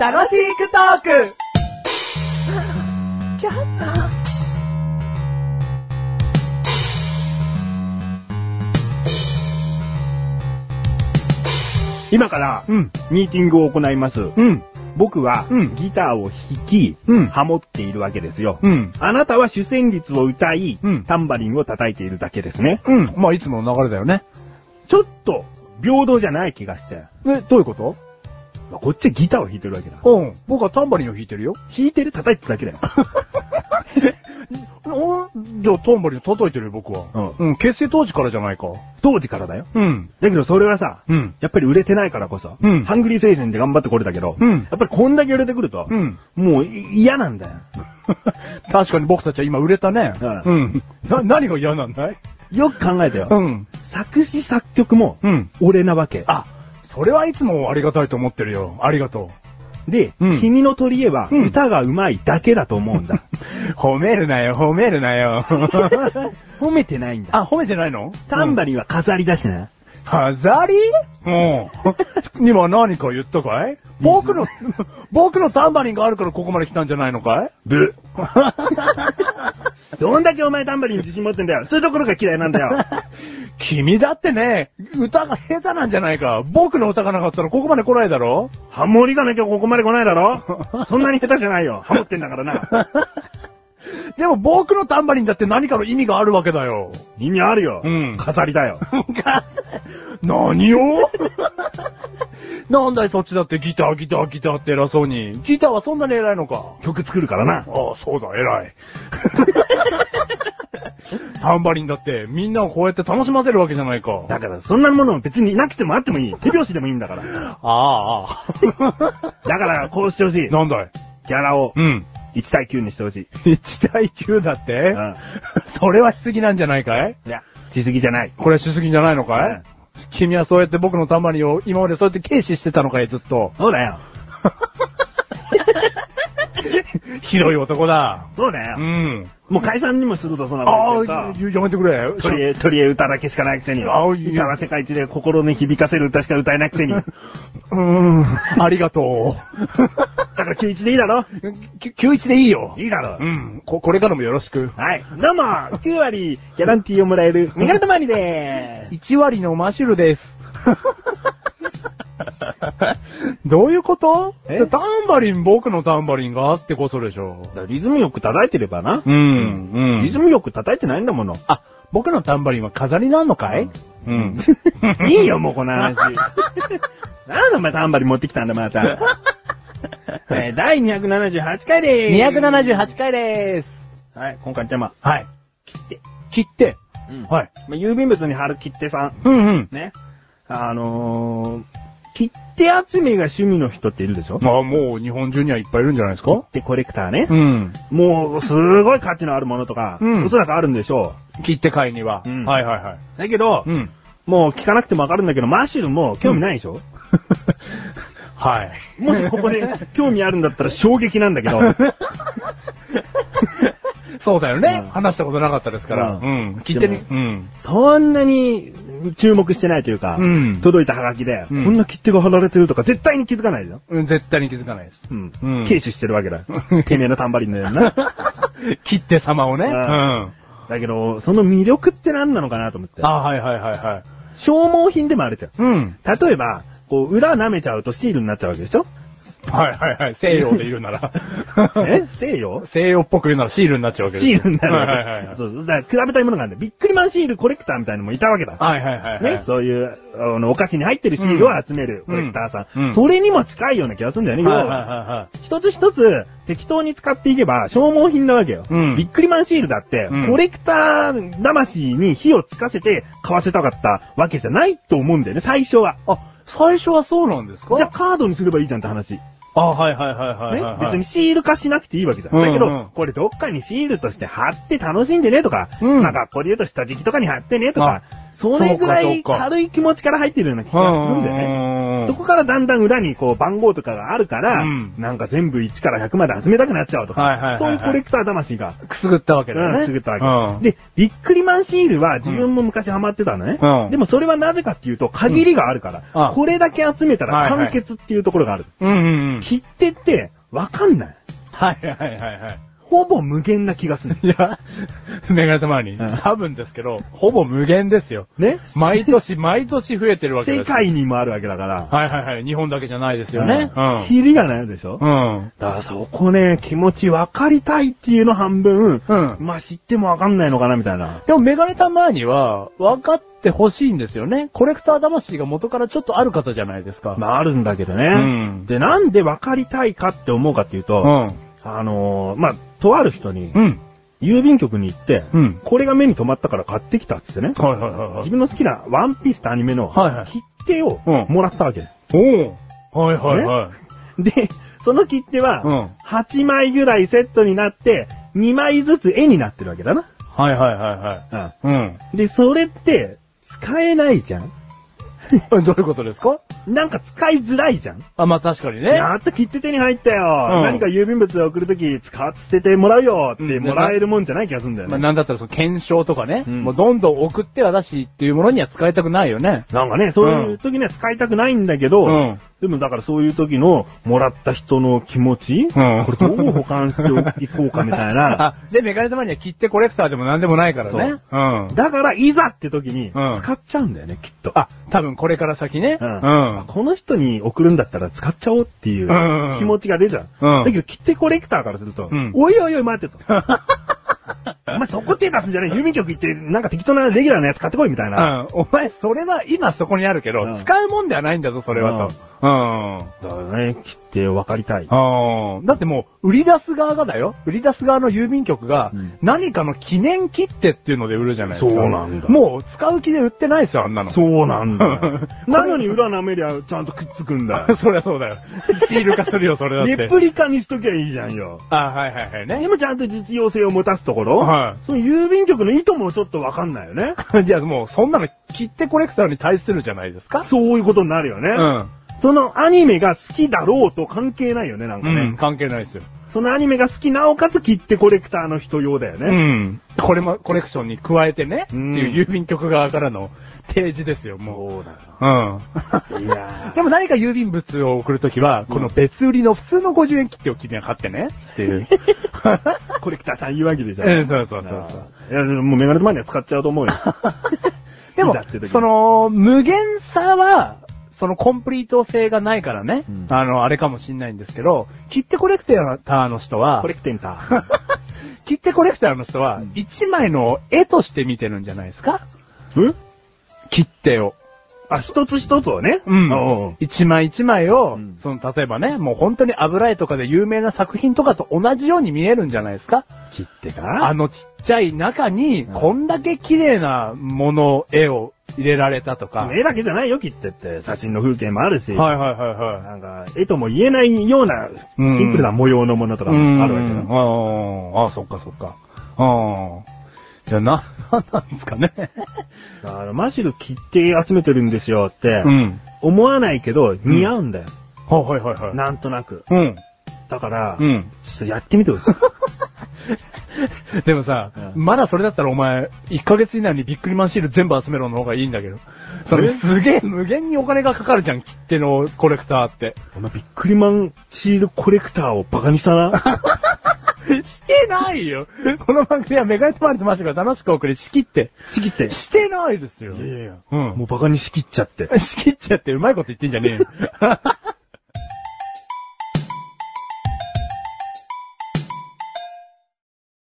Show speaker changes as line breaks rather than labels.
楽しくトーク
今から、
うん
ミーティングを行います。
うん。
僕は、
うん
ギターを弾き、
うん
ハモっているわけですよ。
うん。
あなたは主旋律を歌い、
うん
タンバリンを叩いているだけですね。
うん。まあ、いつもの流れだよね。
ちょっと、平等じゃない気がして。
え、どういうこと
まあこっちはギターを弾いてるわけだ。
うん。僕はタンバリンを弾いてるよ。
弾いてる叩いてるだけだよ。
おじゃあタンバリン叩いてるよ、僕は。うん。結成当時からじゃないか。
当時からだよ。
うん。
だけどそれはさ、
うん。
やっぱり売れてないからこそ、
うん
ハングリー精神で頑張ってこれたけど、
うん
やっぱりこんだけ売れてくると、
うん。
もうい嫌なんだよ。
確かに僕たちは今売れたね。
う
うん。な、何が嫌なんだい
よく考えてよ。
うん。
作詞作曲も、
うん。
俺なわけ。
あ、それはいつもありがたいと思ってるよ。ありがと
で、
うん
君の取り柄は、
うん
歌が上手いだけだと思うん だ。
う。褒めるなよ、褒めるな よ。
褒めてないんだ。
あ、褒めてないの
タンバ
リ
リ
ン。
ンは飾りだしな。
飾りうん。 今何か言ったかい僕の、 僕のタンバリンがあるからここまで来たんじゃないのかい
ブ。 どんだけお前タンバリンに自信持ってんだよ。そういうところが嫌いなんだ よ。
君だってね、歌が下手なんじゃないか。僕の歌がなかったらここまで来ないだろ
ハモリがなきゃここまで来ないだ ろそんなに下手じゃないよ。ハモってんだからな。
でも僕のタンバリンだって何かの意味があるわけだよ。
意味あるよ。
うん
飾りだよ。
何をなんだいそっちだってギターギターギターって偉そうに。ギターはそんなに偉いのか。
曲作るからな。
ああ、そうだ、偉 い。タンバリンだってみんなをこうやって楽しませるわけじゃないか。
だから、そんなもの別になくてもあってもいい。手拍子でもいいんだから。だ
ああ、 あ
から、こうしてほしい。
なんだい
ギャラを
うん。
1対9にしてほしい。
1対9だって、
うん。
それはしすぎなんじゃないかい
いや、しすぎじゃない。
これはしすぎじゃないのかい、
うん
君はそうやって僕のタンバリンを今までそうやって軽視してたのかいずっと。
そうだよ。
ひどい男だ。
そうだ
う
よ。
ん。
もう解散にもすると、そんなこ
あ
と言
あ
っ、てる
ゆやめてくれ。
と。とりえ、とりえ歌だけしかないくせに。歌
あいや
は世界一で心に響かせる歌しか歌えないく せに。だ
うーん。ありがと
から91でいいだろ
う。き91でいいよ。
いいだろ
うん。こ、これからもよろしく。
はい。どうも、9割、ギャランティーをもらえる、メガネたまりでー
1割のマシュル です。どういうこと
え
タンバリン、僕のタンバリンがあってこそでしょ。
す。リズムよく叩いてればな。
うん、うん
リズムよく叩いてないんだもの。
あ、僕のタンバリンは飾りなんのかい うん。
いいよ、もうこの話。 なんでお前タンバリン持ってきたんだ、ま た。えー第278回でーす。。
278回でーす。
はい、今回のテーマ。
はい。
切って。
切って。
うん
はい。
まあ、郵便物に貼る切手さん。
うんうん。
ね。あのー、切手集めが趣味の人っているでしょ
まあもう日本中にはいっぱいいるんじゃないですか
切手コレクターね。
ん。
もう、すごい価値のあるものとか、
うん
おそらくあるんでしょ
切って会には。
うん
はいはいは
う。だけど、
い。うん。
もう聞かなくてもわかるんだけど、マッシュルも興味ないで しょ、
はい。
もしここで興味あるんだったら衝撃なんだけど、
そうだよね、
うん
話したことなかったですから。
う
うん。切ってに。
で
うん。
そんなに注目してないというか、
うん
届いたハガキで、
うん
こんな切手が貼られてるとか絶対に気づかないでしょ
うん絶対に気づかないです。
うん。
うん
軽視してるわけだ。てめえのタンバリンのようにな。
切って様をね。
う
うんん。あ
だけど、その魅力って何なのかなと思って。
はいはいはいはい。
消耗品でもあるじゃん。
うん。
例えば、こう、裏舐めちゃうとシールになっちゃうわけでしょ
はいはいはい。西洋で言うなら。
え西洋
西洋っぽく言うならシールになっちゃうわけです。
シールになるわけ。
はいはいはい。
そうそう。だから比べたいものがあるんだよ。ビックリマンシールコレクターみたいなのもいたわけだ。
はいはいはいはい。
ね、そういう、あの、お菓子に入ってるシールを集めるコ
うん
レクターさん。
うん
それにも近いような気がするんだよね、
はい
要
はい
は
はいはい。
一つ一つ適当に使っていけば消耗品なわけよ。
うん
ビックリマンシールだって、
うん
コレクター魂に火をつかせて買わせたかったわけじゃないと思うんだよね、最初は。
あ、最初はそうなんですか
じゃあカードにすればいいじゃんって話。
あ、はいはいはいはい
ね
はい、はい。
別にシール化しなくていいわけじゃん。
うんうん
だけど、これどっかにシールとして貼って楽しんでねとか、
うん
まあ学校で言うと下敷きとかに貼ってねとか、それぐらい
そうかそうか
軽い気持ちから入ってるような気
うんう
がするんだよね。
んうん
そこからだんだん裏にこう番号とかがあるから、
うん
なんか全部1から100まで集めたくなっちゃうとか、
はいはいはいはい
そういうコレクター魂が、
くすぐったわけだよ
う
ね。
ん、すぐったわけ、
うん。
で、ビックリマンシールは自分も昔ハマってたのね。
うん
でもそれはなぜかっていうと、限りがあるから、
うんあ
これだけ集めた
はい
ら
はい
完結っていうところがある。
うんうんうん。
切手って、わかんない。
はいはいはいはい。
ほぼ無限な気がす る。
いや、メガネたまに、
うん
多分ですけど、ほぼ無限ですよ。
ね
毎年、毎年増えてるわけ
世
です。
界にもあるわけだから。
はいはいはい。日本だけじゃないですよね。
うんキリがないでしょ、
うん。うん。
だからそこね、気持ちわかりたいっていうの半分、
うん。
まあ知ってもわかんないのかなみたいな。
でもメガネたまには、分かってほしいんですよね。コレクター魂が元からちょっとある方じゃないですか。
まああるんだけどね。
うん
で、なんでわかりたいかって思うかっていうと、あのーまあ、とある人に
う、ん。うん。
郵便局に行って、
うん。
これが目に留まったから買ってきたっつってね、
はいはいはいはい
自。分の好きなワンピースとアニメの
はいはい
切手を
うん
もらったわけです。
おおはいはいはい。
で、その切手は、
うん。
8枚ぐらいセットになって、2枚ずつ絵になってるわけだな。
はいはいは
うん
いはい。
で、それって、使えないじゃん
うん。どういうことですか
なんか使いづらいじゃん
あ、まあ確かにね。
やっと切手手に入ったよ、
うん
何か郵便物を送るとき使って捨ててもらうよっ
う
て
ん
もらえるもんじゃない気がするんだよ
まあ
ね。
なんだったらその検証とかね、
うん
もうどんどん送ってはだしっていうものには使いたくないよね。
なんかね、そういう時には使いたくないんだけど、
うん
でもだからそういう時のもらった人の気持ち、
うん
これどう保管していこうかみたいな。
あ、で、メガネ玉には切ってコレクターでもなんでもないからね。うん。
だからいざって時に
うん
使っちゃうんだよね、きっと。
あ、多分これから先ね。
うん
うん。
この人に送るんだったら使っちゃおうっていう
うん
気持ちが出ちゃう。
うん
だけど、切手コレクターからすると、
うん
おいおいおい待 ってと。お前そこ手出すんじゃない郵便局行って、なんか適当なレギュラーのやつ買ってこいみたいうな。
ん。お前、それは今そこにあるけど、
うん
使うもんではないんだぞ、それはと。う
だ
ん。
からね、切手分かりたい。
あーだってもう、売り出す側がだよ。売り出す側の郵便局が
うん、
何かの記念切手っていうので売るじゃないですか。
そうなんだ
もう、使う気で売ってないですよ、あんなの。
そうなんだよ。なのに裏舐めりゃちゃんとくっつくんだよ
。そりゃそうだよ。シール化するよ、そ れだっ
レ
て。
プリカにしときゃいいじゃんよ。
あ、はいはいはいね。
でもちゃんと実用性を持たすところ、
はい
その郵便局の意図もちょっとわかんないよね。
じゃあもう、そんなの切手コレクターに対するじゃないですか。
そういうことになるよね。
うん。
そのアニメが好きだろうと関係ないよね、なんかね。
うん、関係ないですよ。
そのアニメが好き、なおかつ切手コレクターの人用だよ
う
ね。
ん。これも、コレクションに加えてね、って
うん
いう郵便局側からの 提示ですよ、もう。
そうだ
うん。
よ。いや
でも何か郵便物を送るときは、この別売りの普通の50円切手を君は買ってね、 っていう。
ー、 コレクターさん言うわけでしょ。
うん、そうそうそうそう。
う。いや、でももうメガネとマニア使っちゃうと 思うよ。
でも
いざって時、に
その、無限さは、そのコンプリート性がないからね、
うん
あの、あれかもしんないんですけど、切手コレクターの人は
コ、レクテンター。
切手コレクターの人は
うん、
一枚の絵として見てるんじゃないですか
うん
切手を。
あ、一つ一つをね。
うん
おう
一枚一枚を、
うん
その、例えばね、もう本当に油絵とかで有名な作品とかと同じように見えるんじゃないですか
切手
あ
が
のちっちゃい中に、
うん
こんだけ綺麗なもの、絵を入れられたとか。
絵だけじゃないよ、切手って。写真の風景もあるし。
はいはいはいは
なんか、絵とも言えないような、シ
うん
ンプルな模様のものと
い。
かもあるわけ
う
だ
ん。あーあー、そっかそっか。ああ。じゃあな、 なんなんですかね。
だからマシル切手集めてるんですよって、
ん。
思わないけど、似合うんだよ。
はいはいはいはい。
なんとなく。
うん。
だから、
うん。
ちょっとやってみてくださ い。
でもさ、
うん
まだそれだったらお前、1ヶ月以内にビックリマンシール全部集めろの方がいいんだけど。それ
え
すげえ無限にお金がかかるじゃん、切手のコレクターって。
お前びっくりマンシールコレクターをバカにしたな。
してないよこの番組はメガネとマリとマシュが楽しくお送りしきって。
ちぎ って。
してないですよ。
いやいや
うん。
もうバカにしきっちゃって。
仕切っちゃってうまいこと言ってんじゃねえよ。